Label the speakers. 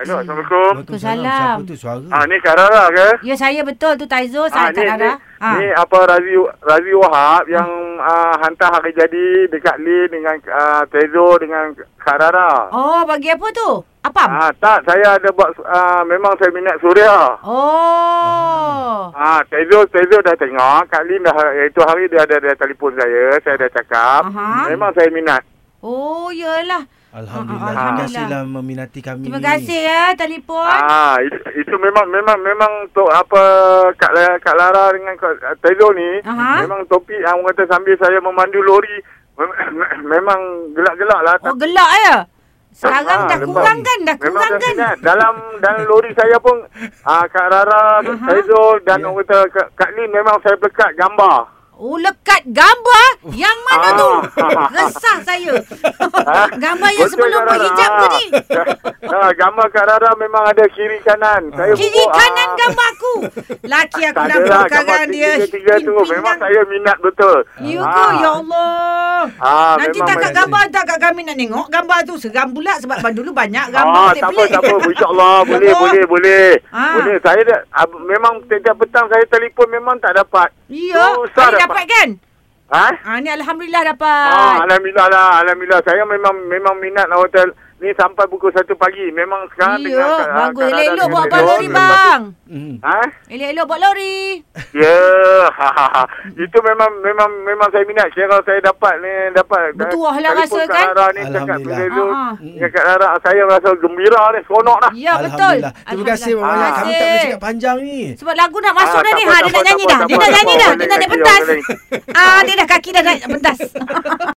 Speaker 1: Hello, Assalamualaikum.
Speaker 2: Waalaikumsalam.
Speaker 3: Waalaikumsalam. Siapa tu suara?
Speaker 1: Ah, ni Kak Rara ke?
Speaker 2: Ya saya betul tu Taizo
Speaker 1: Ah,
Speaker 2: saya
Speaker 1: ni,
Speaker 2: tak
Speaker 1: ni,
Speaker 2: ada. Ah.
Speaker 1: ni apa Razi Razi Wahab yang ah, hantar hari jadi dekat Lee dengan ah, Tezo dengan Kak Rara.
Speaker 2: Oh bagi apa tu? Apam.
Speaker 1: Ah, tak, saya ada buat ah, memang saya minat Suria.
Speaker 2: Oh.
Speaker 1: Ah, Tezo Tezo dah tengok, Kak Lin dah itu hari dia ada dia telefon saya, saya dah cakap.
Speaker 2: Aha.
Speaker 1: Memang saya minat.
Speaker 2: Oh yelah.
Speaker 3: Alhamdulillah.
Speaker 2: Ah,
Speaker 3: Terima
Speaker 2: Alhamdulillah.
Speaker 3: kasihlah meminati kami.
Speaker 2: Terima kasih ya telefon.
Speaker 1: Ah, itu, itu memang memang memang tu apa Kak La- Kak Lara dengan Kak Tezo ni
Speaker 2: Aha.
Speaker 1: memang topik ah, orang kata sambil saya memandu lori mem- mem- memang gelak-gelak lah.
Speaker 2: Oh gelak ya.
Speaker 1: Ah,
Speaker 2: Sekarang dah
Speaker 1: lembab.
Speaker 2: kurang kan? Dah
Speaker 1: Memang
Speaker 2: kurang
Speaker 1: dah
Speaker 2: kan?
Speaker 1: minat. Dalam dalam lori saya pun ah, Kak Rara, Kak Faizul dan
Speaker 3: Ya.
Speaker 1: orang kata Kak, Kak Lin memang saya pelekat gambar.
Speaker 2: Oh lekat gambar yang mana
Speaker 1: Ah.
Speaker 2: tu? Resah saya.
Speaker 1: Ah,
Speaker 2: Oh, gambar yang
Speaker 1: betul,
Speaker 2: sebelum
Speaker 1: Kak Rara.
Speaker 2: berhijab tu ni.
Speaker 1: Ah, ah, gambar Kak Rara memang ada kiri kanan. Saya buku,
Speaker 2: Kiri
Speaker 1: ah,
Speaker 2: kanan gambar aku. Laki aku
Speaker 1: Tak
Speaker 2: nak
Speaker 1: adalah gambar
Speaker 2: perkarang dia.
Speaker 1: tiga-tiga tu Memang
Speaker 2: pinggang.
Speaker 1: saya Ah. minat betul
Speaker 2: You go, ya Allah.
Speaker 1: Ah,
Speaker 2: Nanti
Speaker 1: memang
Speaker 2: tak kat
Speaker 1: baik.
Speaker 2: gambar tak kat kami nak tengok gambar tu seram pula sebab dulu banyak
Speaker 1: Ah,
Speaker 2: gambar
Speaker 1: tak apa, tak apa. InsyaAllah. Boleh,
Speaker 2: Allah.
Speaker 1: boleh, boleh.
Speaker 2: Ah.
Speaker 1: Boleh. Saya dah, ab, memang setiap petang saya telefon memang tak dapat.
Speaker 2: Ya,
Speaker 1: Susah
Speaker 2: hari dapat kan?
Speaker 1: Ha?
Speaker 2: Ah ni alhamdulillah dapat.
Speaker 1: Ah, Alhamdulillah lah. Alhamdulillah. Saya memang memang minat lah hotel. Ni sampai pukul 1 pagi. Memang sekarang
Speaker 2: Ya,
Speaker 1: dengar, ah, Kak
Speaker 2: bagus.
Speaker 1: Radha
Speaker 2: Elok-elok
Speaker 1: dengan
Speaker 2: bawa
Speaker 1: Kak
Speaker 2: abang
Speaker 1: Radha
Speaker 2: lori
Speaker 1: memang-
Speaker 2: bang.
Speaker 3: Hmm.
Speaker 1: Ha?
Speaker 2: Elok-elok bawa lori.
Speaker 1: Ya. Yeah. Itu memang memang memang saya minat. Kira saya dapat ni dapat.
Speaker 2: Bertuah lah
Speaker 1: Telefon
Speaker 2: rasa
Speaker 1: Kak
Speaker 2: kan?
Speaker 1: Radha ni cakap
Speaker 3: Alhamdulillah.
Speaker 1: bila tu.
Speaker 2: Ah, ah.
Speaker 1: Dengan Kak Radha saya rasa gembira ni. Seronok dah.
Speaker 2: Ya, betul.
Speaker 3: Alhamdulillah. Terima kasih Mama.
Speaker 1: Alhamdulillah.
Speaker 3: Ah. Kami tak boleh
Speaker 2: Terima
Speaker 3: cakap
Speaker 2: kasih.
Speaker 3: panjang ni.
Speaker 2: Sebab lagu nak masuk
Speaker 1: Ah,
Speaker 2: dah
Speaker 1: tak
Speaker 2: ni.
Speaker 1: apa,
Speaker 2: Ha,
Speaker 1: tak
Speaker 2: dia
Speaker 1: apa,
Speaker 2: nak nyanyi
Speaker 1: tak
Speaker 2: dah.
Speaker 1: apa,
Speaker 2: Dia
Speaker 1: tak
Speaker 2: nak
Speaker 1: apa,
Speaker 2: nyanyi
Speaker 1: tak
Speaker 2: dah.
Speaker 1: apa.
Speaker 2: Dia nak naik
Speaker 1: Boleh,
Speaker 2: pentas.
Speaker 1: boleh.
Speaker 2: Ah, dia dah kaki dah naik pentas.